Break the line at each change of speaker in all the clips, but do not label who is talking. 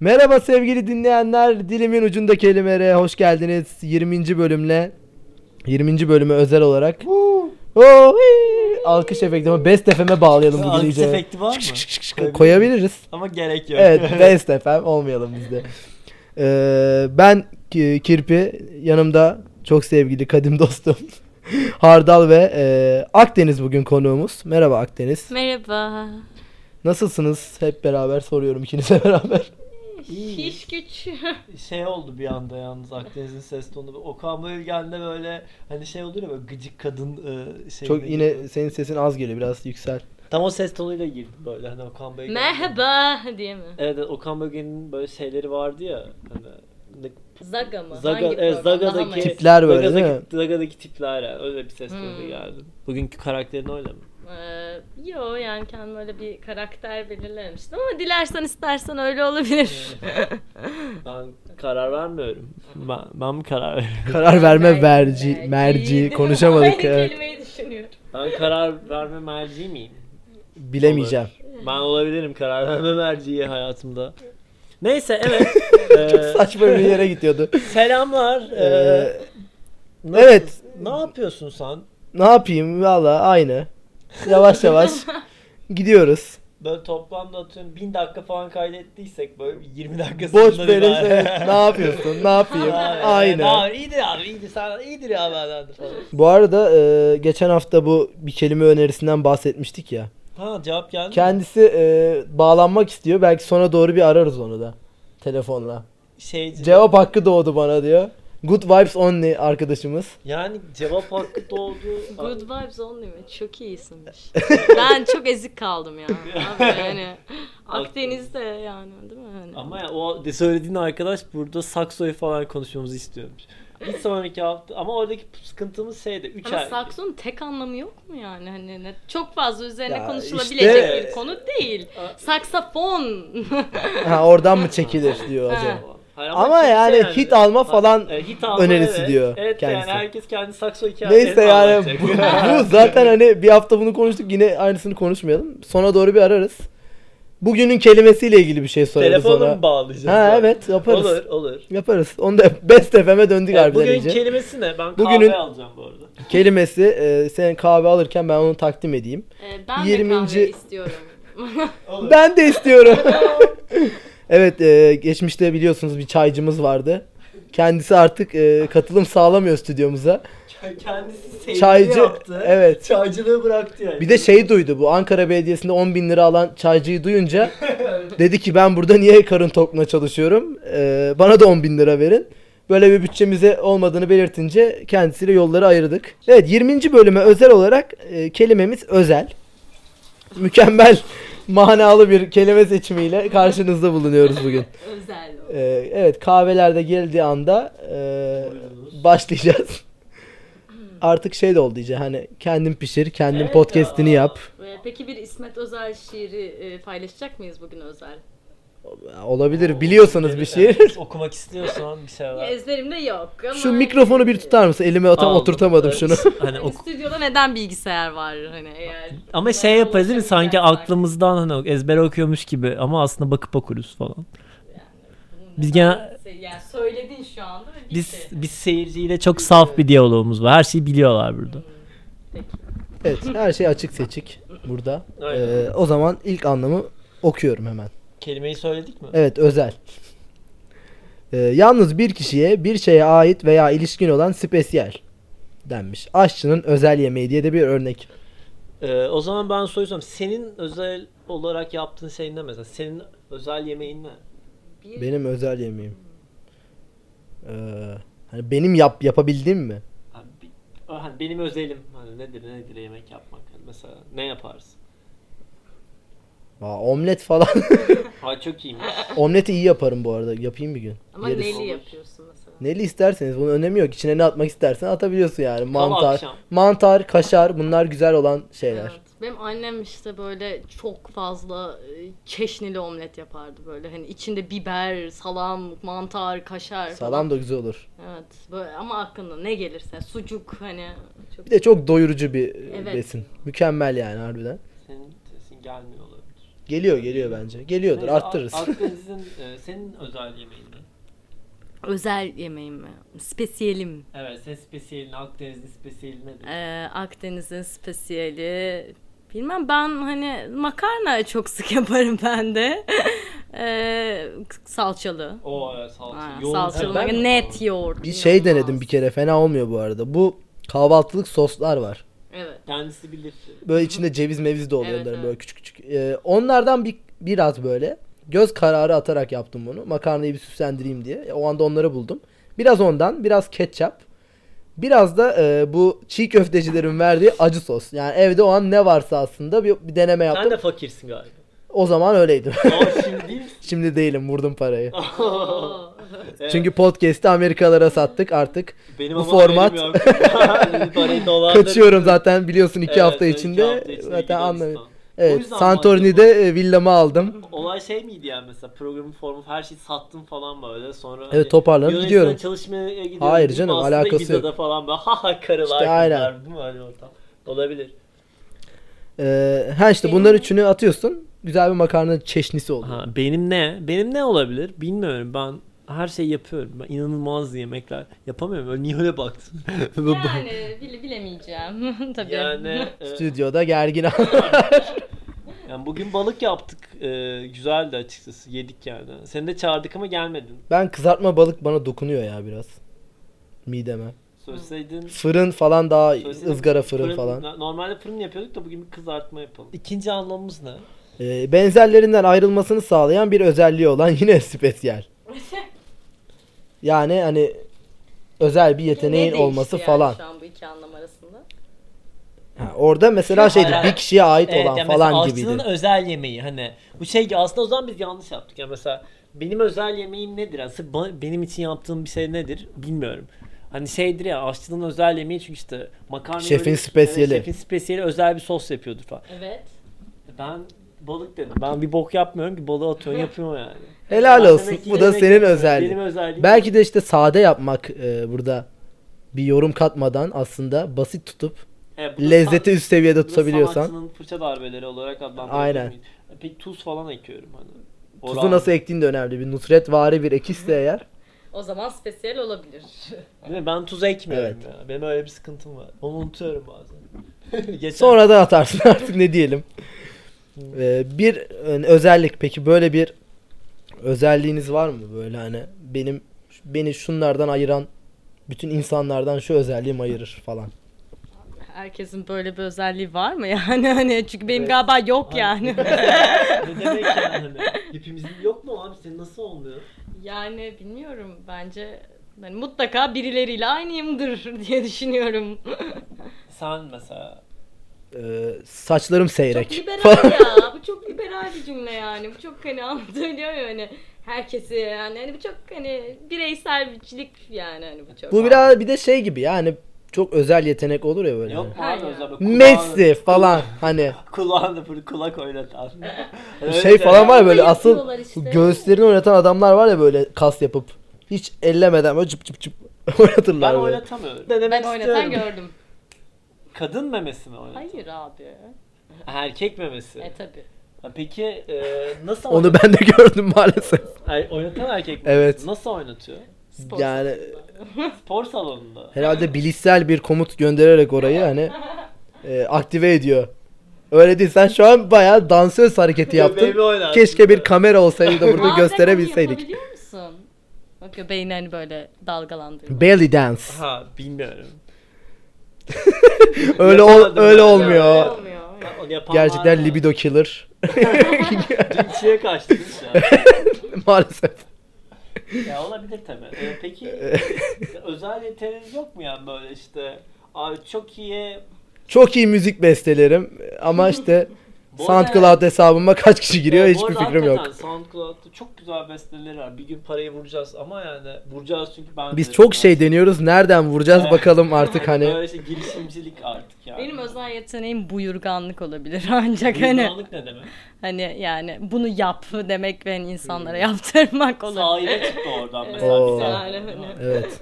Merhaba sevgili dinleyenler. Dilimin ucunda kelimelere hoş geldiniz. 20. bölümle 20. bölüme özel olarak. Oo, hii. alkış efekti ama Best FM'e bağlayalım bugün
Alkış
iyice.
efekti var mı?
Şık şık şık şık. Koyabiliriz.
Ama gerek yok.
Evet Best FM olmayalım biz de. Ee, ben Ki- Kirpi yanımda çok sevgili kadim dostum Hardal ve e, Akdeniz bugün konuğumuz. Merhaba Akdeniz.
Merhaba.
Nasılsınız? Hep beraber soruyorum ikinize beraber.
İyi.
Hiç güç.
Şey oldu bir anda yalnız Akdeniz'in ses tonu. Okan Bayülgen'de böyle hani şey olur ya böyle gıcık kadın e, şey.
Çok yine senin sesin az geliyor biraz yüksel.
Tam o ses tonuyla girdi böyle hani Okan Bayülgen.
Merhaba diye mi?
Evet evet, Okan Bayülgen'in böyle şeyleri vardı ya hani ne-
Zaga mı?
Zaga,
Hangi
evet,
program? Daha
Zaga'daki
mı eski?
Tipler böyle,
Zaga'daki,
değil mi?
Zaga'daki tipler yani. öyle bir ses tonu
Hmm.
geldi. Bugünkü karakterini öyle mi?
Ee, yo yani kendime öyle bir karakter belirlemiştim ama dilersen istersen öyle olabilir.
Ben karar vermiyorum. Ben, ben mi karar veriyorum?
Karar verme
Belki-
merci,
belki-
merci konuşamadık.
Aynı
evet.
kelimeyi düşünüyorum.
Ben karar verme merci miyim?
Bilemeyeceğim.
Ben olabilirim karar verme merciği hayatımda. Neyse evet.
Çok
Ee,
saçma bir yere gidiyordu.
Selamlar. Ee,
Ee,
na-
evet.
Ne yapıyorsun sen?
ne yapayım valla aynı. Yavaş yavaş gidiyoruz.
Böyle toplamda atıyorum 1000 dakika falan kaydettiysek böyle bir 20 dakika
Boş
sınırı
beleş
var.
evet, ne yapıyorsun ne yapayım
Abi,
aynı.
Abi, iyidir abi iyidir sen iyidir ya benden de falan.
Bu arada e, geçen hafta bu bir kelime önerisinden bahsetmiştik ya.
Ha cevap geldi. mi?
Kendisi e, bağlanmak istiyor. Belki sona doğru bir ararız onu da telefonla.
Şeyci-
Cevap hakkı doğdu bana diyor. Good vibes only arkadaşımız.
Yani cevap hakkı doğdu.
Good vibes only mi? Çok iyi isimmiş. ben çok ezik kaldım ya. Abi yani Akdeniz'de yani değil mi? Hani Yani.
Ama ya, o de- söylediğin arkadaş burada saksoyu falan konuşmamızı istiyormuş. Bir sonraki hafta ama oradaki sıkıntımız şeydi. 3
Ama
ay.
sakson tek anlamı yok mu yani? Hani ne- çok fazla üzerine
Ya
konuşulabilecek
işte-
bir konu değil.
A-
Saksafon.
Ha oradan mı çekilir diyor acaba.
Hayır,
Ama
çok
yani hit alma
Ha,
falan
e, hit alma,
önerisi
evet.
diyor
Evet
kendisi.
yani herkes kendi sakso hikayelerini
Neyse yani
anlatacak.
bu, bu zaten hani bir hafta bunu konuştuk yine aynısını konuşmayalım. Sona doğru bir ararız. Bugünün kelimesiyle ilgili bir şey sorarız
Telefonu
ona.
mu bağlayacağız?
Ha
yani?
evet yaparız.
Olur olur.
Yaparız. Onu da Best FM'e döndük
Evet,
harbiden
bugün
iyice.
kelimesi ne? Ben
Bugünün-
kahve alacağım bu arada.
Kelimesi e, sen kahve alırken ben onu takdim edeyim.
Ee, ben
20.
de kahve istiyorum.
Olur.
Ben de istiyorum. evet e, geçmişte biliyorsunuz bir çaycımız vardı. Kendisi artık e, katılım sağlamıyor stüdyomuza.
Kendisi sevgili
Çaycı-
yaptı.
evet.
Çaycılığı bıraktı yani.
Bir de şeyi duydu bu Ankara Belediyesi'nde 10 bin lira alan çaycıyı duyunca dedi ki ben burada niye karın tokluğuna çalışıyorum E, bana da 10 bin lira verin. Böyle bir bütçemize olmadığını belirtince kendisiyle yolları ayırdık. Evet 20. bölüme özel olarak e, kelimemiz özel. Mükemmel manalı bir kelime seçimiyle karşınızda bulunuyoruz bugün.
Özel o.
Ee, evet kahvelerde geldiği anda e,
Buyurunuz.
başlayacağız. Artık şey de oldu iyice hani kendin pişir, kendin
Evet
podcast'ini
ya.
yap.
Ee, Peki bir İsmet Özel şiiri e, paylaşacak mıyız bugün Özel?
Olabilir biliyorsanız bir şey.
Evet, Okumak istiyorsan bir şey
Ya,
var.
ezberimde yok ama...
Şu mikrofonu bir tutar mısın? Elime tam
Aldım.
oturtamadım
Evet.
şunu.
Hani
Hani
oku-
stüdyoda neden bilgisayar var hani eğer...
Ama şey yaparız değil mi? Sanki aklımızdan hani ezber okuyormuş gibi ama aslında bakıp okuruz falan. Biz genel-
Yani söyledin şu anda ve bitti.
Biz biz seyirciyle çok saf bir diyalogumuz var. Her şeyi biliyorlar burada.
Evet her şey açık seçik burada.
Aynen.
Ee, o zaman ilk anlamı okuyorum hemen.
Kelimeyi söyledik mi?
Evet özel. Ee, yalnız bir kişiye bir şeye ait veya ilişkin olan spesiyel denmiş. Aşçının özel yemeği diye de bir örnek.
Ee, o zaman ben soruyorum. Senin özel olarak yaptığın şey ne mesela? Senin özel yemeğin ne?
Bir-
Benim özel yemeğim. Ee, hani benim yap yapabildiğim mi?
Abi, bir- Aha, benim özelim. Hani nedir nedir yemek yapmak? Hani mesela ne yaparsın?
Aa, omlet falan.
Ha çok iyiymiş.
Omleti iyi yaparım bu arada. Yapayım bir gün.
Ama
Yeriz.
neli
Olur.
yapıyorsun mesela?
Neli isterseniz bunun önemi yok. İçine ne atmak istersen atabiliyorsun yani. Mantar,
akşam.
mantar, kaşar bunlar güzel olan şeyler.
Evet. Benim annem işte böyle çok fazla e, çeşnili omlet yapardı böyle. Hani içinde biber, salam, mantar, kaşar. falan.
Salam da güzel olur.
Evet. Böyle ama aklında ne gelirse sucuk hani çok
Bir de çok doyurucu bir e,
Evet.
besin. Mükemmel yani harbiden.
Senin sesin gelmiyor olabilir.
Geliyor geliyor bence. Geliyordur
Neyse,
arttırırız.
Ak- Akdeniz'in e, senin özel yemeğin ne?
Özel yemeğim mi? Spesiyelim.
Evet senin spesiyelin, Akdeniz'in spesiyeli nedir?
Ee, Akdeniz'in spesiyeli. Bilmem ben hani makarna çok sık yaparım ben de. Ee, salçalı.
O evet salça.
Ha,
yoğun
salçalı
seven-
makarna. Net yoğurt.
bir şey
inanılmaz.
denedim bir kere fena olmuyor bu arada. Bu kahvaltılık soslar var.
Evet.
Kendisi bilir.
Böyle içinde ceviz meviz de oluyor
Evet,
onların
evet.
böyle küçük küçük. Ee, onlardan bir biraz böyle göz kararı atarak yaptım bunu. Makarnayı bir süslendireyim diye. E, O anda onları buldum. Biraz ondan, biraz ketçap. Biraz da e, bu çiğ köftecilerin verdiği acı sos. Yani evde o an ne varsa aslında bir, bir deneme yaptım.
Sen de fakirsin galiba.
O zaman öyleydim.
Ama şimdi değil misin?
Şimdi değilim, vurdum parayı.
Oo.
Ah, Evet,
Çünkü podcast'i Amerikalara sattık artık.
benim
bu
ama
format-
haberim yok. Benim parayı dolandırdım.
Kaçıyorum zaten biliyorsun iki
Evet,
hafta
evet, iki
içinde.
hafta içinde
zaten
Yunanistan.
anlamıyorum.
O
Evet,
yüzden
Santorini'de e, villamı aldım.
Olay şey miydi yani mesela programın formu her şeyi sattım falan böyle sonra
Evet, toparlanıp
Yunanistan'a
gidiyorum.
çalışmaya gidiyorum.
Hayır
Değil mi?
canım,
Aslında
alakası
Ibiza'da falan böyle ha ha karılar
İşte
işte
aynen.
değil mi öyle ortam? Olabilir.
Ee, ha işte
Benim-
bunların üçünü atıyorsun. Güzel bir makarna çeşnisi oluyor.
Ha, benim ne? Benim ne olabilir? Bilmiyorum ben her şeyi yapıyorum. Ben inanılmaz yemekler yapamıyorum. Öyle niye öyle baktın?
Yani bile, bilemeyeceğim tabii.
yani, e,
Stüdyoda gergin
yani bugün balık yaptık. E, güzeldi açıkçası. Yedik yani. Seni de çağırdık ama gelmedin.
Ben kızartma balık bana dokunuyor ya biraz. Mideme.
Söyleseydin
Fırın falan daha iyi.
Söyleseydin
ızgara fırın, falan.
no- Normalde fırın yapıyorduk da bugün bir kızartma yapalım. İkinci anlamımız ne?
Ee, benzerlerinden ayrılmasını sağlayan bir özelliği olan yine spesiyel. Yani hani özel bir yeteneğin
Ne değişti
olması
yani
falan.
Şu an bu iki anlam arasında.
Ha, orada mesela şeydi
Hayır, hayır.
bir kişiye ait
Evet,
olan
yani mesela
falan
aşçının
gibiydi.
özel yemeği hani bu şey ki aslında o zaman biz yanlış yaptık. Yani mesela benim özel yemeğim nedir? Yani sırf ba- benim için yaptığım bir şey nedir bilmiyorum. Hani şeydir ya aşçının özel yemeği çünkü işte makarna şey.
Şefin spesiyeli.
şefin spesiyeli özel bir sos yapıyordur falan.
Evet.
Ben balık dedim. Ben bir bok yapmıyorum ki balığı atıyorum yapıyorum yani.
Helal
Ben
olsun.
demek ki
Bu da
yemek
senin
yapıyorum.
özelliğin.
Benim özelliğim.
Belki de işte sade yapmak e, burada bir yorum katmadan aslında basit tutup
Evet, bu da
lezzeti üst seviyede
Bu da
tutabiliyorsan.
Sanatçının fırça darbeleri olarak adlandırılabilir
Aynen.
miyim? E, Peki tuz falan ekiyorum hani.
Tuzu nasıl ektiğin de önemli. Bir nutretvari bir ek ise eğer.
O zaman spesiyel olabilir.
Değil mi? Ben tuz ekmiyorum
Evet.
ya. Benim öyle bir sıkıntım var. Onu unutuyorum bazen. Geçen-
Sonradan atarsın artık ne diyelim. E, bir e, özellik peki böyle bir özelliğiniz var mı böyle hani benim beni şunlardan ayıran bütün insanlardan şu özelliğim ayırır falan.
Herkesin böyle bir özelliği var mı yani hani çünkü benim
Evet.
galiba yok
Ay,
yani.
ne demek yani? Hepimizin yok mu abi? Senin nasıl olmuyor?
yani bilmiyorum bence ben mutlaka birileriyle aynıyımdır diye düşünüyorum.
Sen mesela.
E, saçlarım
çok
seyrek.
liberal ya. Bu çok liberal bir cümle yani. Bu çok hani anlatabiliyor ya hani herkesi yani. Hani bu çok hani bireyselcilik yani hani bu çok.
Bu biraz bir de şey gibi yani çok özel yetenek olur ya böyle.
Yok mu
Hayır
abi
ya.
özel bir kulağını-
Messi falan hani
Kulağını böyle kulak oynatan. Öyle
şey falan var ya böyle
Yapıyorlar
asıl
işte.
göğüslerini oynatan adamlar var ya böyle kas yapıp hiç ellemeden böyle cıp cıp cıp
Ben
oynatırlar böyle.
oynatamıyorum. Denemek
ben oynatan
istiyorum.
gördüm.
Kadın memesi mi oynatan?
Hayır abi.
Erkek memesi.
E tabi.
Ha, Peki e, nasıl
Onu
oynat-
ben de gördüm maalesef.
Er- oynatan erkek mi?
Evet.
Nasıl oynatıyor?
Spor
Yani
Spor salonunda.
herhalde bilişsel bir komut göndererek orayı hani e, aktive ediyor. Öyle değil sen şu an bayağı dansöz hareketi yaptın.
Göbeğimi oynattın.
Keşke bir kamera olsaydı da burada
Bazen onu
gösterebilseydik.
Yapabiliyor musun? Bak göbeğini hani böyle dalgalandırıyor.
Belly dance.
Ha bilmiyorum.
Öyle ol,
Yapamadım
öyle
ben.
olmuyor.
Olmuyor.
Ha, Onu yapan var
Gerçekten
mı?
libido killer.
Dün ikiye kaçtınız ya.
Maalesef.
ya olabilir tabii. Ee, peki özel yeteneğiniz yok mu yani böyle işte Abi çok iyi
Çok iyi müzik bestelerim ama işte
Bu arada-
SoundCloud hesabıma kaç kişi giriyor
Ya bu
hiçbir
arada
fikrim yok.
E, hakikaten SoundCloud'da çok güzel besteleri var. Bir gün parayı vuracağız ama yani vuracağız çünkü ben
Biz
de-
çok şey deniyoruz. Nereden vuracağız
Evet.
bakalım artık hani.
Böyle işte girişimcilik artık yani.
Benim özel yeteneğim buyurganlık olabilir ancak hani
Uzmanlık ne demek?
hani yani bunu yap demek ve hani insanlara yaptırmak olabilir.
Hmm. Sahile çıktı oradan mesela.
Oo.
bir tane,
Yani
değil mi?
hani-
Evet.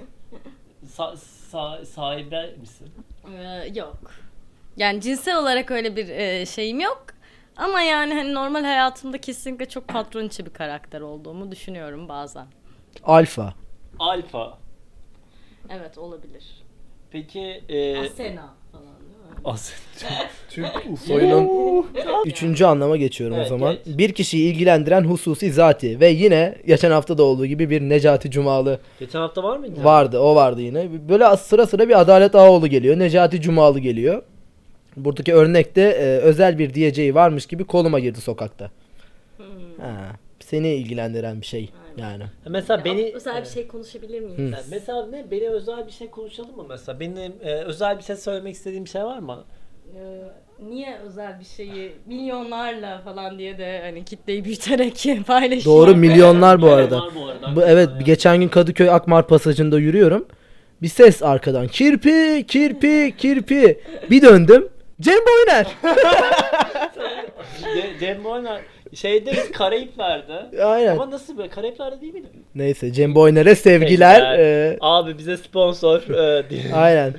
Sa- sa- sahibe misin?
Ee, yok. Yani cinsel olarak öyle bir e, şeyim yok. Ama yani hani normal hayatımda kesinlikle çok patron içi bir karakter olduğumu düşünüyorum bazen.
Alfa.
Alfa.
Evet olabilir.
Peki e,
Ee,
Asena falan değil mi?
Asena.
Soyunun üçüncü anlama geçiyorum
Evet,
o zaman.
geç.
Bir kişiyi ilgilendiren hususi zati ve yine geçen hafta da olduğu gibi bir Necati Cumalı
Geçen hafta var mıydı?
vardı. O vardı yine. Böyle as- sıra sıra bir Adalet Ağaoğlu geliyor. Necati Cumalı geliyor. Buradaki örnekte e, özel bir diyeceği varmış gibi koluma girdi sokakta. Ha, seni ilgilendiren bir şey yani.
Mesela
Ya,
beni
özel bir şey konuşabilir miyiz?
Ha, Mesela ne? Beni özel bir şey konuşalım mı mesela? Benim e, özel bir şey söylemek istediğim bir şey var mı?
Ee, niye özel bir şeyi milyonlarla falan diye de hani kitleyi büyüterek paylaşıyor.
Doğru milyonlar bu
Böyle
arada.
var bu arada.
Bu, evet geçen gün Kadıköy Akmar pasajında yürüyorum. Bir ses arkadan kirpi kirpi kirpi. Bir döndüm. Cem Boyner.
Ce- Cem Boyner şeyde biz Karayipler'de.
Aynen.
Ama nasıl böyle? Karayipler'de değil miydi?
Neyse Cem Boyner'e sevgiler. Ee,
Abi bize sponsor. e, diye.
aynen.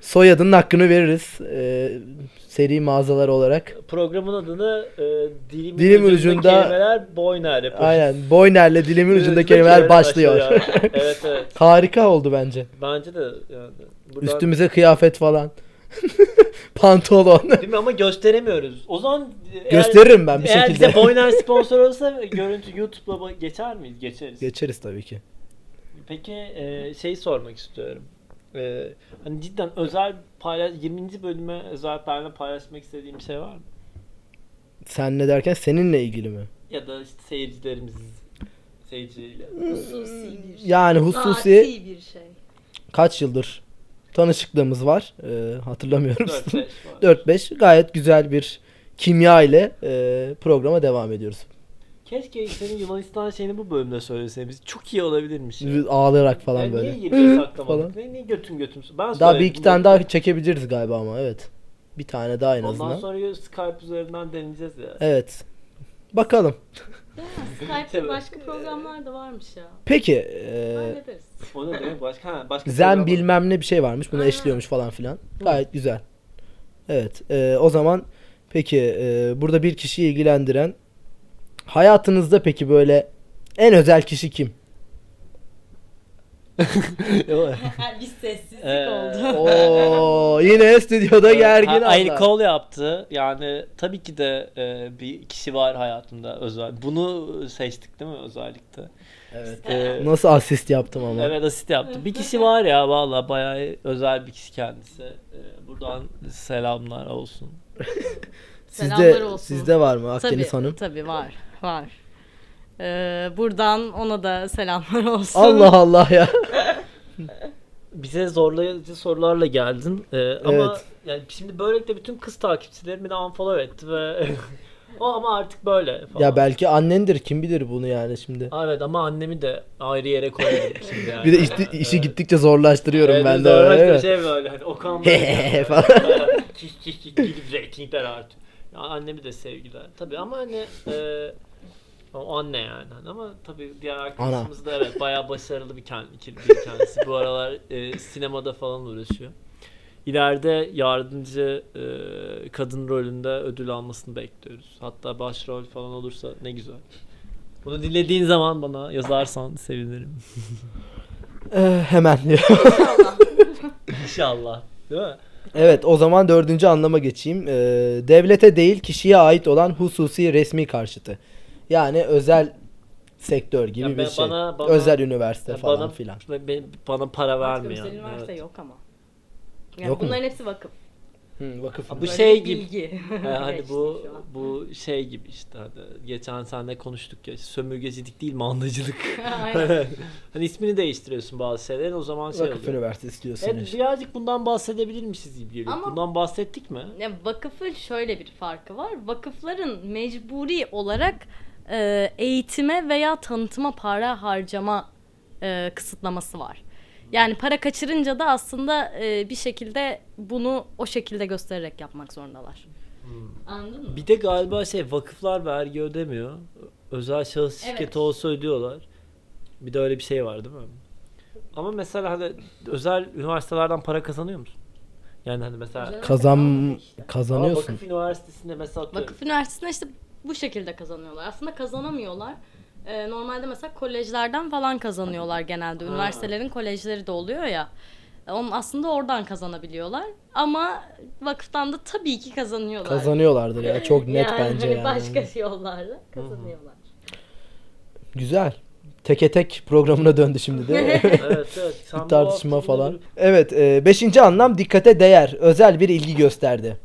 Soyadının hakkını veririz. Ee, seri mağazalar olarak.
Programın adını e, dilimin,
Dilimin
ucunda,
ucunda-
kelimeler Boyner yapıyor.
Aynen. Boyner'le dilimin
Dilimin
ucunda
ucunda
kelimeler başlıyor.
evet evet.
Harika oldu bence.
Bence de yani. Buradan...
Üstümüze kıyafet falan. Pantolon.
Değil mi? Ama gösteremiyoruz. O zaman eğer-
Gösteririm ben bir
eğer
şekilde.
bize Boyner sponsor olsa görüntü YouTube'la ba- geçer miyiz? Geçeriz.
Geçeriz tabii ki.
Peki e, şey sormak istiyorum. E, hani cidden özel paylaş 20. bölüme özel payla paylaşmak istediğim bir şey var mı?
Sen ne derken seninle ilgili mi?
Ya da işte seyircilerimiz seyirciyle.
Hususi bir şey.
Yani hususi
Zati bir şey.
kaç yıldır tanışıklığımız var. Ee, hatırlamıyorum.
4-5 var.
4-5 gayet güzel bir kimya ile e, programa devam ediyoruz.
Keşke senin Yunanistan şeyini bu bölümde söylesene biz. Çok iyi olabilirmiş. ya.
Ağlayarak falan
Yani
böyle.
Niye yirmiyi saklamadık?
Falan.
Ne, niye götüm götüm? Ben
Daha bir
söyledim
iki
bunu.
tane daha çekebiliriz galiba ama evet. Bir tane daha en
Ondan
azından.
sonra Skype üzerinden deneyeceğiz ya.
Evet. Bakalım.
Skype'de başka programlar da varmış ya.
Peki. e,
Hallederiz.
O ne demek? Başka, ha, başka
Zen
program-
bilmem ne bir şey varmış. Bunu
Aha.
eşliyormuş falan filan. Gayet güzel. Evet. e, o zaman peki e, burada bir kişiyi ilgilendiren hayatınızda peki böyle en özel kişi kim?
bir sessizlik
Ee,
oldu.
Oo yine stüdyoda gergin
Ha, Ayla
abla.
Cole yaptı. Yani tabii ki de e, bir kişi var hayatımda özel. Bunu seçtik değil mi özellikle?
Evet.
E,
Nasıl asist yaptım ama.
evet asist yaptı. Bir kişi var ya valla bayağı özel bir kişi kendisi. E, buradan selamlar olsun.
Selamlar
Sizde
olsun.
sizde var mı
tabii,
Akdeniz Hanım?
Tabii var. Var. Ee, buradan ona da selamlar olsun.
Allah Allah ya.
Bize zorlayıcı sorularla geldin. E, ama
Evet.
yani şimdi böylelikle bütün kız takipçilerim beni unfollow etti ve o ama artık böyle falan.
ya belki annendir kim bilir bunu yani şimdi.
Aa, Evet ama annemi de ayrı yere koyarım şimdi yani.
Bir de işi, işi
Evet.
gittikçe zorlaştırıyorum
Evet,
ben de.
doğru.
öyle, değil mi?
Şey böyle hani Okan
Hehehe
böyle
falan.
Kik kik kik gidip reytingler artıyor. Ya annemi de sevgiler. Tabii ama hani e, o anne yani. Hani ama tabii diğer arkadaşımız da evet bayağı başarılı bir kendisi, bir kendisi. Bu aralar e, sinemada falan uğraşıyor. İleride yardımcı e, kadın rolünde ödül almasını bekliyoruz. Hatta başrol falan olursa ne güzel. Bunu dinlediğin zaman bana yazarsan sevinirim.
Eh, hemen.
İnşallah. Değil mi?
Evet o zaman dördüncü anlama geçeyim. Ee, devlete değil kişiye ait olan hususi resmi karşıtı. Yani özel sektör gibi
Ya
bir
ben-
şey.
bana- bana-
özel üniversite
Ya
falan
bana,
filan.
be- be- bana para
Artık
vermiyor.
özel
yani,
üniversite
evet.
yok ama. Yani
Yok mu?
bunların hepsi vakıf.
Hı, vakıf.
Bu
Böyle
şey
bir
gibi.
Bilgi.
He, hani
Geçti
bu
şu an.
bu şey gibi işte hani geçen sene konuştuk ya sömürgecilik değil mandacılık.
Aynen.
hani ismini değiştiriyorsun bazı şeylerin o zaman şey
Vakıf
oluyor.
üniversitesi diyorsun.
Evet,
işte.
birazcık bundan bahsedebilir misiniz gibi geliyor.
Ama-
Bundan bahsettik mi?
Ya vakıfın şöyle bir farkı var. Vakıfların mecburi olarak e, eğitime veya tanıtıma para harcama e, kısıtlaması var. Yani para kaçırınca da aslında e, bir şekilde bunu o şekilde göstererek yapmak zorundalar. Anladın mı?
Bir de galiba şey vakıflar vergi ödemiyor. Özel şahıs
Evet.
şirketi olsa ödüyorlar. Bir de öyle bir şey var değil mi? Ama mesela hani özel üniversitelerden para kazanıyor musun? Yani hani mesela
Kazan
ama
kazanıyorsun.
vakıf üniversitesinde mesela atıyorum.
Vakıf üniversitesinde işte bu şekilde kazanıyorlar. Aslında kazanamıyorlar. Ee, normalde mesela kolejlerden falan kazanıyorlar genelde.
Ha.
Üniversitelerin kolejleri de oluyor ya. E, Onun aslında oradan kazanabiliyorlar. Ama vakıftan da tabii ki kazanıyorlar.
Kazanıyorlardır ya çok net
Yani
bence
hani
yani.
Başka yollarla kazanıyorlar.
Güzel. Teke tek programına döndü şimdi de.
evet evet. Sen bu
tartışma
hafta bunu
falan.
bir-
Evet, e, beşinci anlam dikkate değer, özel bir ilgi gösterdi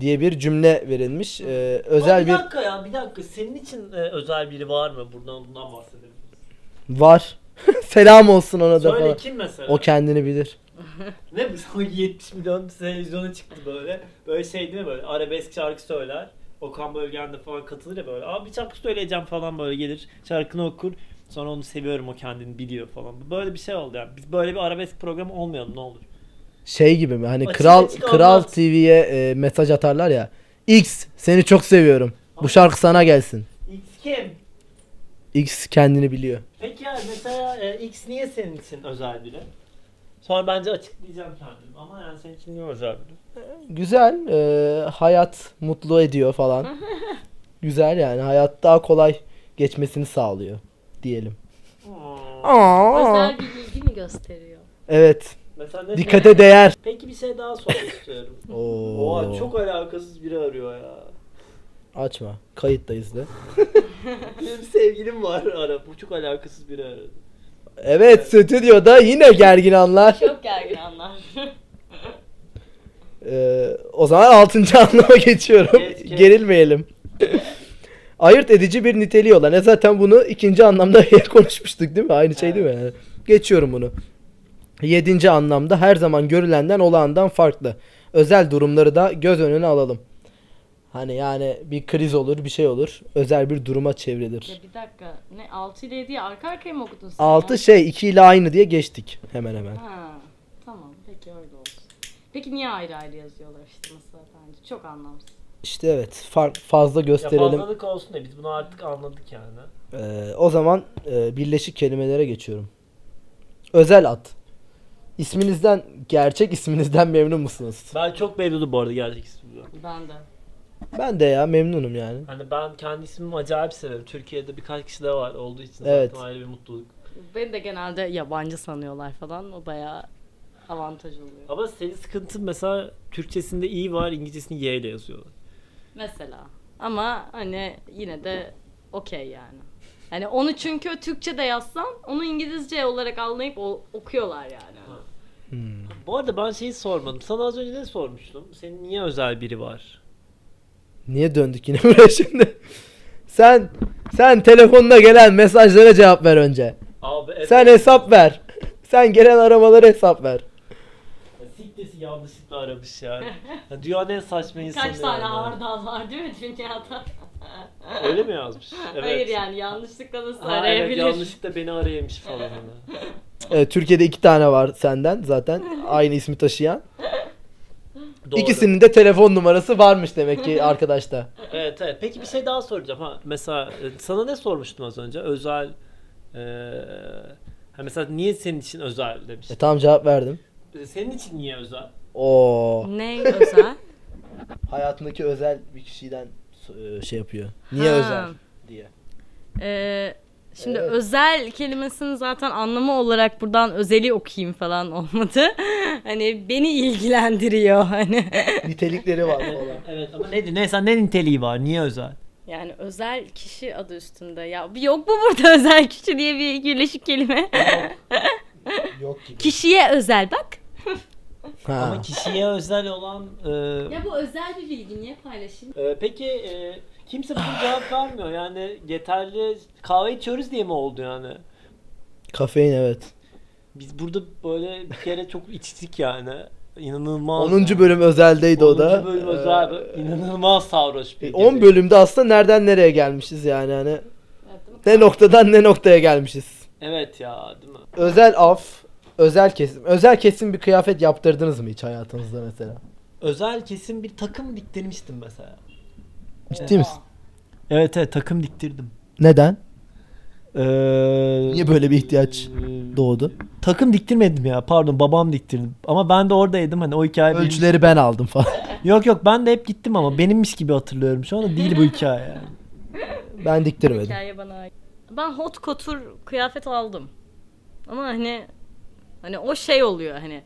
diye bir cümle verilmiş. E,
Ama
özel bir
bir dakika ya bir dakika. Senin için e, özel biri var mı? Buradan bundan bahsedelim.
var. Selam olsun ona da
Söyle
falan.
kim mesela?
O kendini bilir.
Ne bu son 70 milyon televizyona çıktı böyle. Böyle şey değil mi böyle arabesk şarkı söyler. Okan Bölgen'de falan katılır ya böyle. Abi bir şarkı söyleyeceğim falan böyle gelir. Şarkını okur. Sonra onu seviyorum o kendini biliyor falan. Böyle bir şey oldu yani. Biz böyle bir arabesk programı olmayalım ne olur.
Şey gibi mi? Hani
Açık
Kral
açık
Kral
anlat.
TV'ye e, mesaj atarlar ya. X seni çok seviyorum. Bu şarkı sana gelsin.
X kim?
X kendini biliyor.
Peki ya mesela e, X niye senin için özel biri? Sonra bence açıklayacağım kendimi ama yani senin için niye özel biri?
Güzel. e, hayat mutlu ediyor falan. Güzel yani. Hayat daha kolay geçmesini sağlıyor diyelim.
Hmm.
Aa.
Özel bir ilgi mi gösteriyor?
Evet.
Mesela ne
Dikkate değer.
Peki bir şey daha sormak istiyorum.
Oo.
Oha çok alakasız biri arıyor ya.
Açma. Kayıttayız da.
Benim sevgilim var ara. Bu çok alakasız biri aradı.
Evet stüdyoda yine gergin anlar.
Çok gergin anlar.
Ee, o zaman 6. anlama geçiyorum.
Geç, geç.
Gerilmeyelim. Ayırt edici bir niteliği olan. E zaten bunu ikinci anlamda konuşmuştuk değil mi? Aynı şey değil mi? Yani geçiyorum bunu. Yedinci anlamda her zaman görülenden olağandan farklı. Özel durumları da göz önüne alalım. Hani yani bir kriz olur, bir şey olur. Özel bir duruma çevrilir.
ya bir dakika. Ne 6 ile 7'yi arka arkaya mı okudun sen?
6
ya?
şey 2 ile aynı diye geçtik hemen hemen.
Ha, tamam peki öyle olsun. Peki niye ayrı ayrı yazıyorlar işte mesela bence çok anlamsız.
İşte evet fark fazla
Ya
gösterelim.
fazlalık olsun da biz bunu artık anladık yani.
Ee, o zaman e, birleşik kelimelere geçiyorum. Özel ad. İsminizden, gerçek isminizden memnun musunuz?
Ben çok memnunum bu arada gerçek ismimden.
Ben de.
Ben de ya memnunum yani.
Hani ben kendi ismimi acayip severim. Türkiye'de birkaç kişi de var olduğu için
Evet.
zaten ayrı bir mutluluk.
Beni de genelde yabancı sanıyorlar falan o bayağı avantaj oluyor.
Ama senin sıkıntın mesela Türkçesinde i var, İngilizcesini y ile yazıyorlar.
Mesela ama hani yine de okey yani. Hani onu çünkü Türkçe'de yazsan onu İngilizce olarak anlayıp o- okuyorlar yani.
Hmm.
Bu arada ben şeyi sormadım. Sana az önce ne sormuştum? Senin niye özel biri var?
Niye döndük yine buraya şimdi? Sen sen telefonuna gelen mesajlara cevap ver önce.
Abi evet.
Sen hesap ver. Sen gelen aramalara hesap ver.
Ya Siktesi yanlışlıkla aramış yani. Ya Dünyanın en saçma insanı.
Kaç tane
yani.
hardal var değil mi dünyada?
Öyle mi yazmış? Evet.
Hayır yani yanlışlıkla nasıl
Ha, evet,
arayabilir?
yanlışlıkla beni arayamış falan. hani.
Evet, Türkiye'de iki tane var senden zaten aynı ismi taşıyan.
Doğru.
İkisinin de telefon numarası varmış demek ki arkadaşta.
Evet evet. Peki bir şey daha soracağım. Ha, mesela e, sana ne sormuştum az önce? Özel eee ha, mesela niye senin için özel
E
demiştim.
tamam cevap verdim.
E, Senin için niye özel?
Oo.
Ne özel?
hayatındaki özel bir kişiden e, şey yapıyor. Niye
Ha.
özel diye.
Ee, şimdi
Evet.
özel kelimesinin zaten anlamı olarak buradan özeli okuyayım falan olmadı. hani beni ilgilendiriyor hani.
Nitelikleri var falan.
Evet ama ne, ne, sen ne niteliği var? Niye özel?
yani özel kişi adı üstünde. Ya bir yok mu burada özel kişi diye bir birleşik kelime?
Yok gibi.
Kişiye özel bak.
Ha.
Ama kişiye özel olan... e,
bu özel bir bilgi niye paylaşayım?
e, peki e, kimse bugün cevap vermiyor. Yani yeterli kahve içiyoruz diye mi oldu yani?
Kafein evet.
Biz burada böyle bir kere çok içtik yani. İnanılmaz.
10. bölüm özeldeydi o da.
10. bölüm
Ee,
özel. İnanılmaz sarhoş bir
e,
gece.
10 bölümde aslında nereden nereye gelmişiz yani hani ne noktadan ne noktaya gelmişiz.
Evet ya değil mi?
Özel af, özel kesim. Özel kesim bir kıyafet yaptırdınız mı hiç hayatınızda mesela?
Özel kesim bir takım diktirmiştim mesela.
Ciddi misin?
Evet evet takım diktirdim.
Neden?
Ee, e,
Niye böyle bir ihtiyaç doğdu?
Takım diktirmedim ya. Pardon babam diktirdi. Ama ben de oradaydım hani o hikaye benim-
Ölçüleri ben aldım falan.
Yok yok ben de hep gittim ama benimmiş gibi hatırlıyorum şu anda değil bu hikaye yani.
Ben diktirmedim.
Hikaye bana ait. Ben hot kotur kıyafet aldım. Ama hani hani o şey oluyor hani.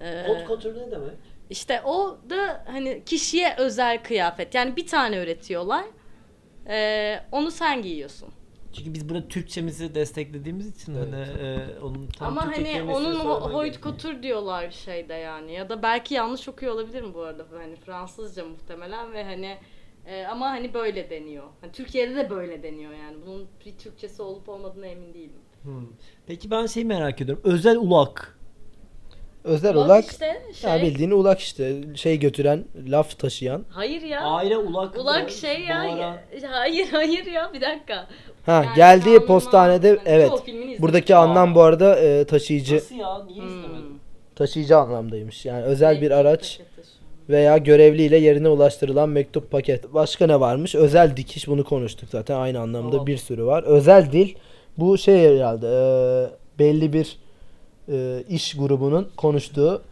e,
Hot couture ne demek?
İşte o da hani kişiye özel kıyafet. Yani bir tane üretiyorlar. Ee, onu sen giyiyorsun.
Çünkü biz burada Türkçemizi desteklediğimiz için hani e, onun tam
Ama
Türkçe
hani
kelimesini
onun ho-
söylemen
hoyt
gerekiyor.
couture diyorlar şeyde yani. Ya da belki yanlış okuyor olabilirim bu arada. Hani Fransızca muhtemelen ve hani e, ama hani böyle deniyor. Hani Türkiye'de de böyle deniyor yani. Bunun bir Türkçesi olup olmadığına emin değilim.
Hmm.
Peki ben şeyi merak ediyorum. Özel ulak.
Özel
Bak
ulak.
işte şey.
Ya bildiğin ulak işte. Şey götüren, laf taşıyan.
Hayır ya.
Aile ulak.
Ulak şey ya.
Bağıran.
Hayır hayır ya bir dakika.
Ha
Yani
geldiği
anlam-
postanede
yani
evet.
çoğu filmini izledim.
Buradaki anlam bu arada e, taşıyıcı.
Nasıl ya? Niye
Hmm.
izlemedin?
Taşıyıcı anlamdaymış. Yani özel bir
Elektrik
araç
paketi şu.
veya görevliyle yerine ulaştırılan mektup paket. Başka ne varmış? Özel dikiş bunu konuştuk zaten aynı anlamda
Tamam.
bir sürü var. Özel dil bu şey herhalde e, belli bir e, iş grubunun konuştuğu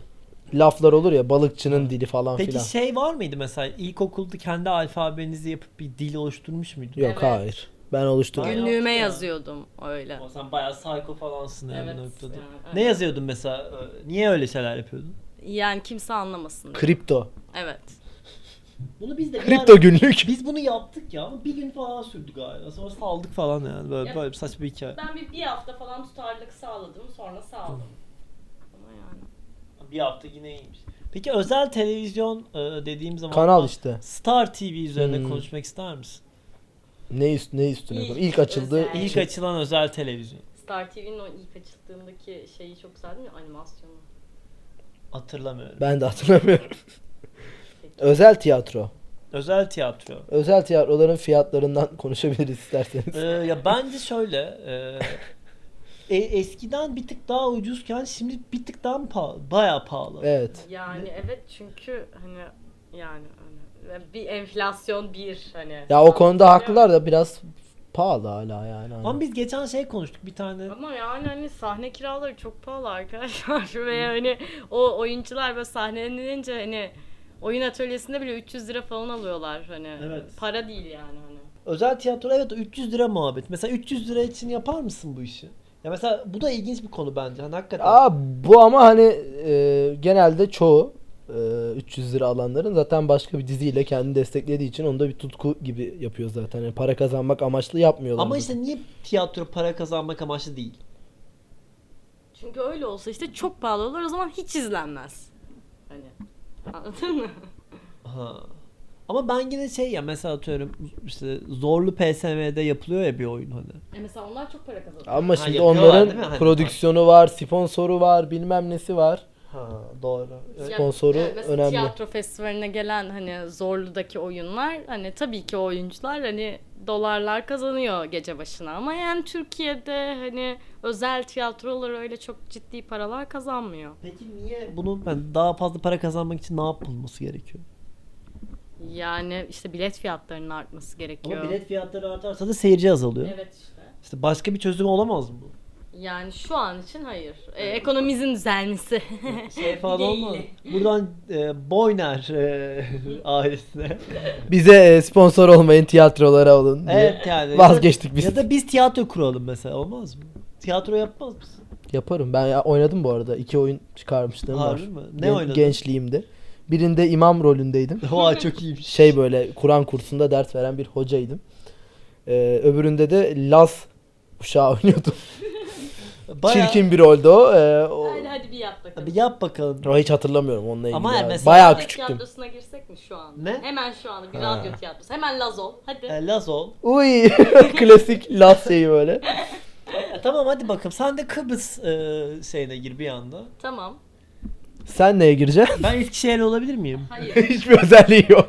laflar olur ya balıkçının dili falan
Peki
filan.
şey var mıydı mesela ilkokulda kendi alfabenizi yapıp bir dil oluşturmuş muydunuz?
Yok
Evet.
hayır. Ben oluşturdum.
Aynen.
Günlüğüme
Ya.
yazıyordum öyle.
Ama Sen bayağı psycho falansın yani
Evet,
bu noktada.
yani
ne
öyle.
yazıyordun mesela? Ee, Niye öyle şeyler yapıyordun?
Yani kimse anlamasın. diye.
Kripto.
Evet.
Bunu biz de
Kripto günlük.
biz bunu yaptık ya ama bir gün falan sürdü galiba. Sonra saldık falan yani böyle,
Ya-
böyle bir saçma bir hikaye.
Ben bir, bir hafta falan tutarlılık sağladım sonra sağladım. Ama yani.
Bir hafta yine iyiymiş.
Peki özel televizyon e, dediğim zaman
Kanal işte.
Star TV üzerine
Hmm.
konuşmak ister misin?
Ne üst ne üstüne
İlk
konu? İlk açıldı.
özel.
İlk
Evet.
açılan özel televizyon.
Star TV'nin o ilk açıldığındaki şeyi çok güzel değil mi? Animasyonu.
Hatırlamıyorum.
Ben de hatırlamıyorum. özel tiyatro.
Özel tiyatro.
Özel tiyatroların fiyatlarından konuşabiliriz
Ee,
isterseniz.
ya bence şöyle e, e, eskiden bir tık daha ucuzken şimdi bir tık daha mı pahalı? Bayağı pahalı.
Evet.
Yani evet çünkü hani yani hani bir enflasyon bir hani.
Ya o konuda haklılar da biraz pahalı hala yani.
Ama biz geçen şey konuştuk bir tane.
Ama yani hani sahne kiraları çok pahalı arkadaşlar ve hani o oyuncular böyle sahnelenince hani oyun atölyesinde bile 300 lira falan alıyorlar hani.
Evet.
Para değil yani hani.
Özel tiyatro evet o 300 lira muhabbet. Mesela 300 lira için yapar mısın bu işi? Ya mesela bu da ilginç bir konu bence. Hani hakikaten.
Aa bu ama hani e, genelde çoğu e, 300 lira alanların zaten başka bir diziyle kendini desteklediği için onu da bir tutku gibi yapıyor zaten. Yani para kazanmak amaçlı yapmıyorlar.
Ama
bunu.
işte niye tiyatro para kazanmak amaçlı değil?
Çünkü öyle olsa işte çok pahalı olur o zaman hiç izlenmez. Hani. Anladın mı?
Ha. Ama ben yine şey ya mesela atıyorum işte zorlu PSM'de yapılıyor ya bir oyun hani.
E mesela onlar çok para kazanıyor.
ama
Ha,
şimdi
yapıyorlar değil mi?
onların
Hani-
prodüksiyonu var, sponsoru var, bilmem nesi var.
Ha doğru.
Ya,
sponsoru
evet, mesela
önemli.
Tiyatro festivaline gelen hani Zorlu'daki oyunlar hani tabii ki o oyuncular hani dolarlar kazanıyor gece başına ama yani Türkiye'de hani özel tiyatrolar öyle çok ciddi paralar kazanmıyor.
Peki niye bunu ben daha fazla para kazanmak için ne yapılması gerekiyor?
Yani işte bilet fiyatlarının artması gerekiyor.
Ama bilet fiyatları artarsa da seyirci azalıyor.
Evet işte.
İşte başka bir çözüm olamaz mı bu?
Yani şu an için hayır. E, ekonomimizin düzelmesi.
Şey falan olmaz. Buradan e, Boyner e, ailesine.
Bize e, sponsor olmayın, tiyatrolara olun. diye.
Evet yani.
Vazgeçtik
ya da-
biz.
Ya da biz tiyatro kuralım mesela olmaz mı? Tiyatro yapmaz mısın?
Yaparım. Ben ya- oynadım bu arada. İki oyun çıkarmışlığım
Harbi
var.
mi? Ne
Gen-
oynadın?
Gençliğimde. Birinde imam rolündeydim.
Oha çok iyiymiş.
Şey böyle Kur'an kursunda ders veren bir hocaydım. Ee, öbüründe de Laz uşağı oynuyordum.
Bayağı-
Çirkin bir roldü o. Ee, o...
hadi hadi bir yap bakalım.
Abi yap bakalım.
Ama Hiç hatırlamıyorum onunla ilgili.
Ama
yani.
mesela-
Bayağı
Radyo
küçüktüm.
tiyatrosuna girsek mi şu an?
Ne?
Hemen şu anda bir
Ha.
radyo tiyatrosu. Hemen laz ol. Hadi.
E, Lazol.
Uy klasik Laz şeyi böyle.
E, tamam hadi bakalım. Sen de Kıbrıs e, şeyine gir bir anda.
Tamam.
Sen neye gireceksin?
Ben Eskişehirli olabilir miyim?
Hayır.
Hiçbir özelliği yok.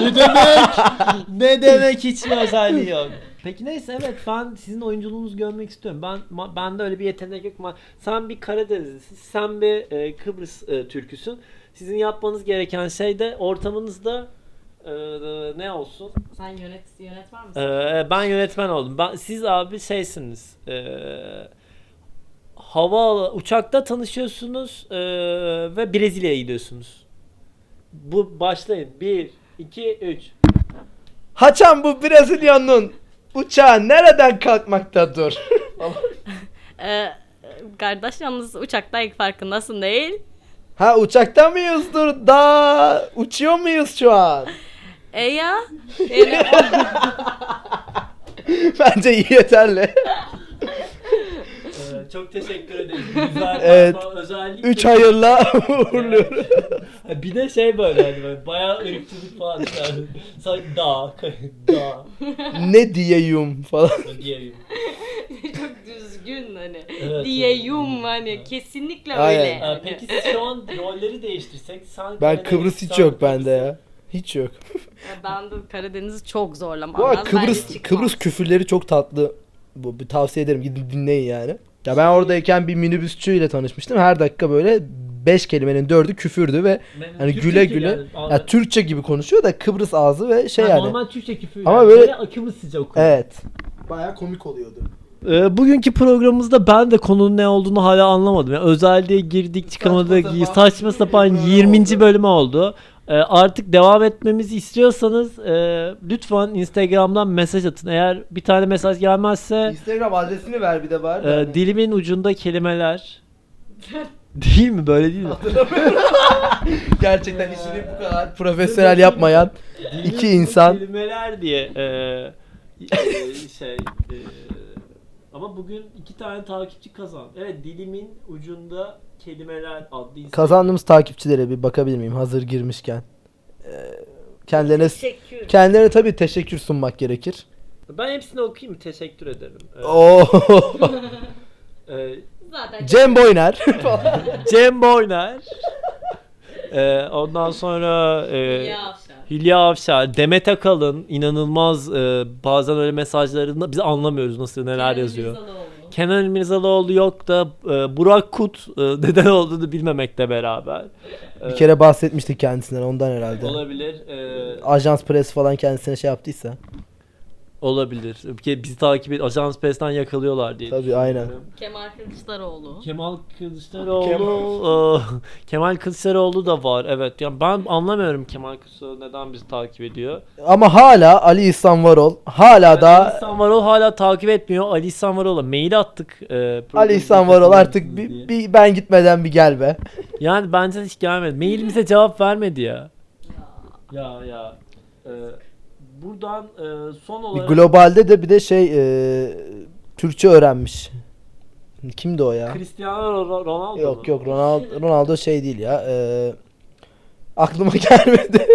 ne demek? ne demek hiçbir özelliği yok. Peki neyse evet ben sizin oyunculuğunuzu görmek istiyorum. Ben ma- bende öyle bir yetenek yok. Ma- sen bir Karadenizlisin, sen bir e, Kıbrıs e, türküsün. Sizin yapmanız gereken şey de ortamınızda
Ee, ne olsun?
Sen yönet, yönetmen misin?
Ee, ben yönetmen oldum. Ben, siz abi şeysiniz. Ee, hava uçakta tanışıyorsunuz ee, ve Brezilya'ya gidiyorsunuz. Bu başlayın. 1 2 3.
Haçan bu Brezilya'nın uçağı nereden kalkmaktadır?
Ee, kardeş yalnız uçaktayız farkındasın değil.
ha uçakta mıyız dur da uçuyor muyuz şu an?
E ya? Yani
Bence iyi yeterli.
Ee, çok teşekkür ederim. Güzel.
Evet.
Özellikle
Üç hayırla uğurluyoruz.
Ha, bir de şey böyle hani böyle bayağı ırkçılık falan yani. Sanki dağ, dağ
ne diyeyim falan.
diyeyim.
çok düzgün hani.
Evet,
Diyeyim hani. Kesinlikle
Aynen.
öyle.
Ee,
hani.
peki siz şu an rolleri değiştirsek sanki
Ben
hani
Kıbrıs hiç
sanki
yok bende ya. Hiç yok.
Ya Ben de Karadeniz'i çok zorlamam
Bu arada
lazım. Bence
Kıbrıs
çıkmam.
Kıbrıs küfürleri çok tatlı. Bu bir tavsiye ederim. Gidin dinleyin yani. Ya ben oradayken bir minibüsçüyle tanışmıştım. Her dakika böyle 5 kelimenin dördü küfürdü ve
Ben-
hani
Türkçe
güle
ki
güle
yani, anladım.
ya Türkçe gibi konuşuyor da Kıbrıs ağzı ve şey
Ha,
yani.
Normal Türkçe küfür.
Ama
Ama yani.
böyle-
böyle akımı sıcak okuyor.
Evet. Baya komik oluyordu.
Ee, bugünkü programımızda ben de konunun ne olduğunu hala anlamadım. Yani özelliğe girdik çıkamadık.
sapan
Saçma sapan
bir program
20.
oldu.
bölümü oldu. Ee, artık devam etmemizi istiyorsanız e, lütfen Instagram'dan mesaj atın. Eğer bir tane mesaj gelmezse
Instagram adresini ver bir de bari.
e, dilimin ucunda kelimeler. değil mi? Böyle değil mi?
Gerçekten işini bu kadar profesyonel yapmayan iki insan.
Kelimeler diye eee, eee, şey eee, ama bugün iki tane takipçi kazan. Evet dilimin ucunda kelimeler adlı insan.
Kazandığımız takipçilere bir bakabilir miyim hazır girmişken? Ee, Kendilerine
Teşekkür.
kendilerine tabii teşekkür sunmak gerekir.
Ben hepsini okuyayım mı? Teşekkür ederim. e, Ee,
Oo.
eee,
Zaten
Cem Boyner.
Cem Boyner.
e,
Ee, ondan sonra e,
Ya Avşar.
Hülya Avşar, Demet Akalın inanılmaz e, bazen öyle mesajlarında biz anlamıyoruz nasıl neler
Kenan
yazıyor.
Mirzalıoğlu.
Kenan İmirzalıoğlu yok da e, Burak Kut e, neden olduğunu bilmemekle beraber. E,
bir kere bahsetmiştik kendisinden ondan herhalde.
olabilir. Eee,
Ajans Press falan kendisine şey yaptıysa.
Olabilir. Bir kere bizi takip et, Ajans Pes'ten yakalıyorlar diye.
Tabii aynen.
Kemal Kılıçdaroğlu.
Kemal Kılıçdaroğlu.
Kemal. e, Kemal Kılıçdaroğlu da var. Evet. Yani ben anlamıyorum Kemal Kılıçdaroğlu neden bizi takip ediyor.
Ama hala Ali İhsan Varol hala
Ali
da
İhsan Varol hala takip etmiyor. Ali İhsan Varol'a mail attık. e,
Ali İhsan Varol artık bir, bir ben gitmeden bir gel be.
Yani bence hiç gelmedi. Mailimize cevap vermedi ya.
Ya ya.
e,
Eee, buradan eee, son
Bir
olarak
globalde de bir de şey e, Türkçe öğrenmiş. Kimdi o ya?
Cristiano Ro- Ronaldo. mu?
Yok yok Ronaldo, Ronaldo şey değil ya. e, aklıma gelmedi.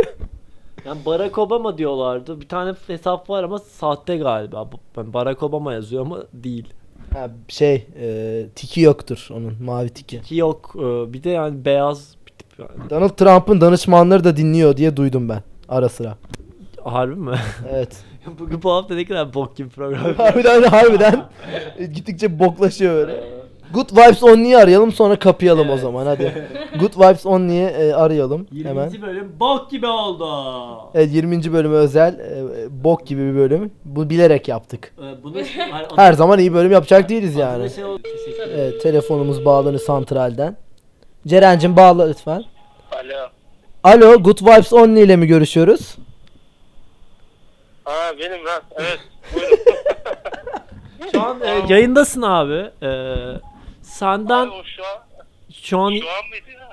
Yani Barack Obama diyorlardı. Bir tane hesap var ama sahte galiba. Bu- yani Barack Obama yazıyor ama değil.
ha, şey e, tiki yoktur onun mavi tiki.
Ki yok. e, Bir de yani beyaz bir tip yani.
Donald Trump'ın danışmanları da dinliyor diye duydum ben ara sıra.
Harbi mi?
Evet.
Bugün bu hafta ne kadar bok gibi program.
harbiden harbiden gittikçe boklaşıyor böyle. Good Vibes Only'yi arayalım sonra kapayalım o zaman hadi. Good Vibes Only'yi e, arayalım
20.
hemen.
bölüm bok gibi oldu.
Evet 20. bölüme özel e, e, bok gibi bir bölüm. Bu bilerek yaptık.
Ee,
E,
bunu Hayır,
Her zaman iyi bölüm yapacak değiliz yani.
Aslında şey oldu. Teşekkür ederim.
Evet, telefonumuz bağlanıyor santralden. Ceren'cim bağla lütfen.
Alo.
Alo Good Vibes Only ile mi görüşüyoruz?
Ha benim lan. Evet.
Şu an e, yayındasın abi. E, senden
Alo şu an.
şu an
Şu an mıydı ya?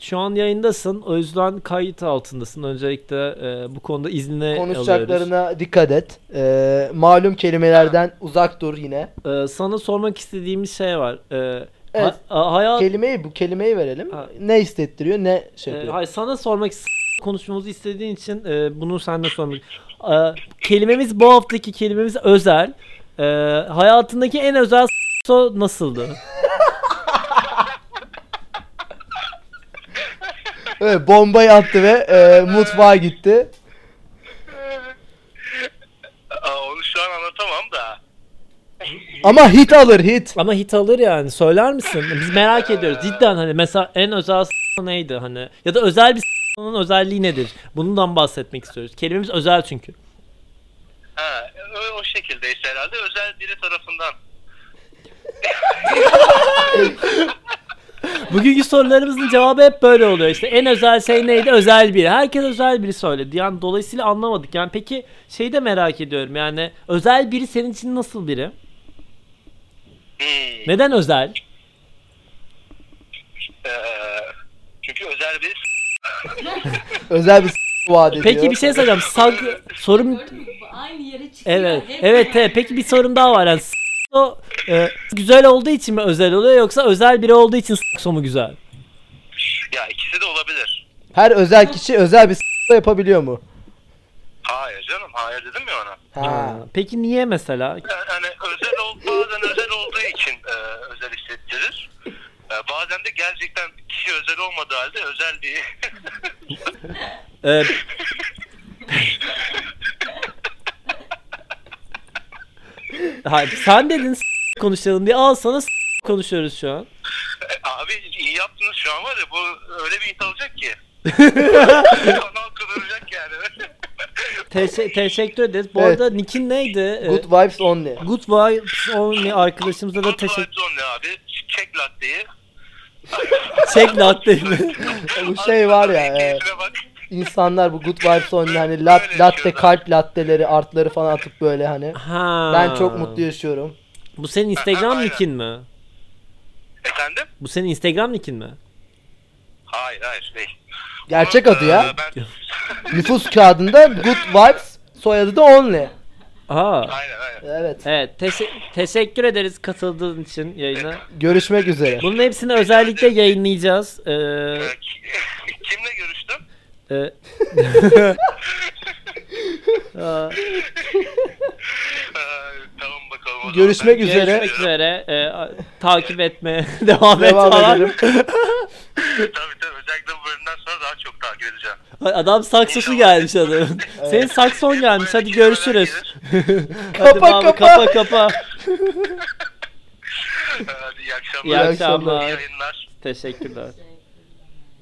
şu an yayındasın. O yüzden kayıt altındasın. Öncelikle e, bu konuda iznine alıyoruz.
Konuşacaklarına dikkat et. Ee, malum kelimelerden uzak dur yine.
E, sana sormak istediğimiz şey var. E,
Evet.
ha- a- hayat e,
Kelimeyi bu kelimeyi verelim.
Ha.
Ne hissettiriyor ne şey
Ee,
yapıyor.
hayır sana sormak s- konuşmamızı istediğin için e, bunu senden sormak. Ee, kelimemiz bu haftaki kelimemiz özel. Ee, hayatındaki en özel so nasıldı?
Evet, bombayı attı ve e, mutfağa gitti.
Aa, onu şu an anlatamam da.
Ama hit alır hit.
Ama hit alır yani söyler misin? Biz merak ediyoruz cidden hani mesela en özel s- neydi hani ya da özel bir s- Bunun özelliği nedir? Bundan bahsetmek istiyoruz. Kelimemiz özel çünkü.
Ha, o, o şekildeyse herhalde özel biri tarafından.
Bugünkü sorularımızın cevabı hep böyle oluyor işte. En özel şey neydi? Özel biri. Herkes özel biri söyledi. Yani dolayısıyla anlamadık. Yani peki şeyi de merak ediyorum. Yani özel biri senin için nasıl biri?
Hmm.
Neden özel?
Ee, çünkü özel bir
Özel bir s- vaat ediyor.
Peki bir şey soracağım. Sag sorum
Gördün mü? Bu Aynı yere çıkıyor.
Evet.
Hep-
Evet, evet. Peki bir sorum daha var. Yani o e, güzel olduğu için mi özel oluyor yoksa özel biri olduğu için sakso mu güzel?
ya ikisi de olabilir.
Her özel kişi özel bir s- yapabiliyor mu?
Hayır canım hayır dedim ya ona.
Ha.
Peki niye mesela?
Yani hani özel ol, bazen özel olduğu için e, özel hissettirir. E, bazen de gerçekten kişi özel olmadığı halde özel diye.
E, Hayır, sen dedin s- konuşalım diye. Al sana s- konuşuyoruz şu an.
E, abi iyi yaptınız şu an var ya bu öyle bir hit alacak ki. Kanal kuduracak yani.
Teşe- teşekkür ederiz. Bu
Evet.
arada Nick'in neydi? E,
Good vibes only.
Good Vibes Only arkadaşımıza da
Good
teşekkür...
vibes only abi. Çek latteyi.
Çek latte mi?
Bu şey var ya. e,
Keyfine bak.
insanlar bu good vibes only hani lat,
Öyle
latte
yaşıyorlar.
kalp latteleri artları falan atıp böyle hani.
Ha.
Ben çok mutlu yaşıyorum.
Bu senin Instagram
Aynen.
Nick'in mi?
Efendim?
Bu senin Instagram Nick'in mi?
Hayır hayır şey. değil.
Gerçek
Bunu,
adı ya.
e, Ben,
Nüfus kağıdında good vibes soyadı da only.
Aa.
aynen aynen.
Evet.
Evet, teşe- teşekkür ederiz katıldığın için yayına.
Görüşmek üzere.
Bunun hepsini özellikle yayınlayacağız. Ee,
E, Kimle görüştüm?
e, Aa,
E, tamam bakalım. o zaman.
Görüşmek
Ben-
üzere.
görüşmek üzere. Ee, a- takip etme, devam et
Devam
falan.
edelim.
Tabii tabii özellikle bu bölümden sonra daha çok takip edeceğim.
Adam saksosu gelmiş adamın. Senin sakson gelmiş. Hadi görüşürüz. Hadi
Kapa,
abi,
kapa.
kapa kapa.
Hadi iyi akşamlar.
İyi
akşamlar.
İyi
akşamlar.
yayınlar.
Teşekkürler.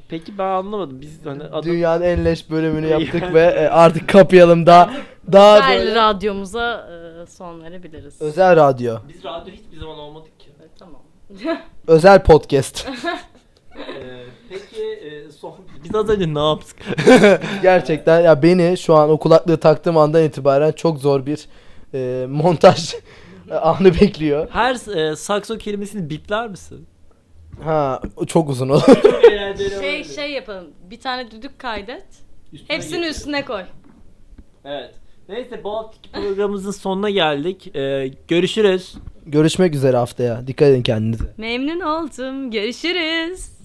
Peki ben anlamadım. Biz hani adam
Dünyanın en leş bölümünü yaptık ve e, artık kapayalım daha daha
Her
böyle-
radyomuza e, son verebiliriz.
özel radyo,
biz radyo hiçbir zaman olmadık ki.
Evet, Tamam.
özel podcast.
Ee, peki e, biz az önce ne yaptık?
Gerçekten ya beni şu an o kulaklığı taktığım andan itibaren çok zor bir e, montaj anı bekliyor.
Her e, sakso kelimesini bipler misin?
Ha çok uzun olur.
Şey şey yapalım. Bir tane düdük kaydet. Hepsini üstüne koy.
Evet. Neyse bu haftaki programımızın sonuna geldik. Ee, görüşürüz.
Görüşmek üzere haftaya. Dikkat edin kendinize.
Memnun oldum. Görüşürüz.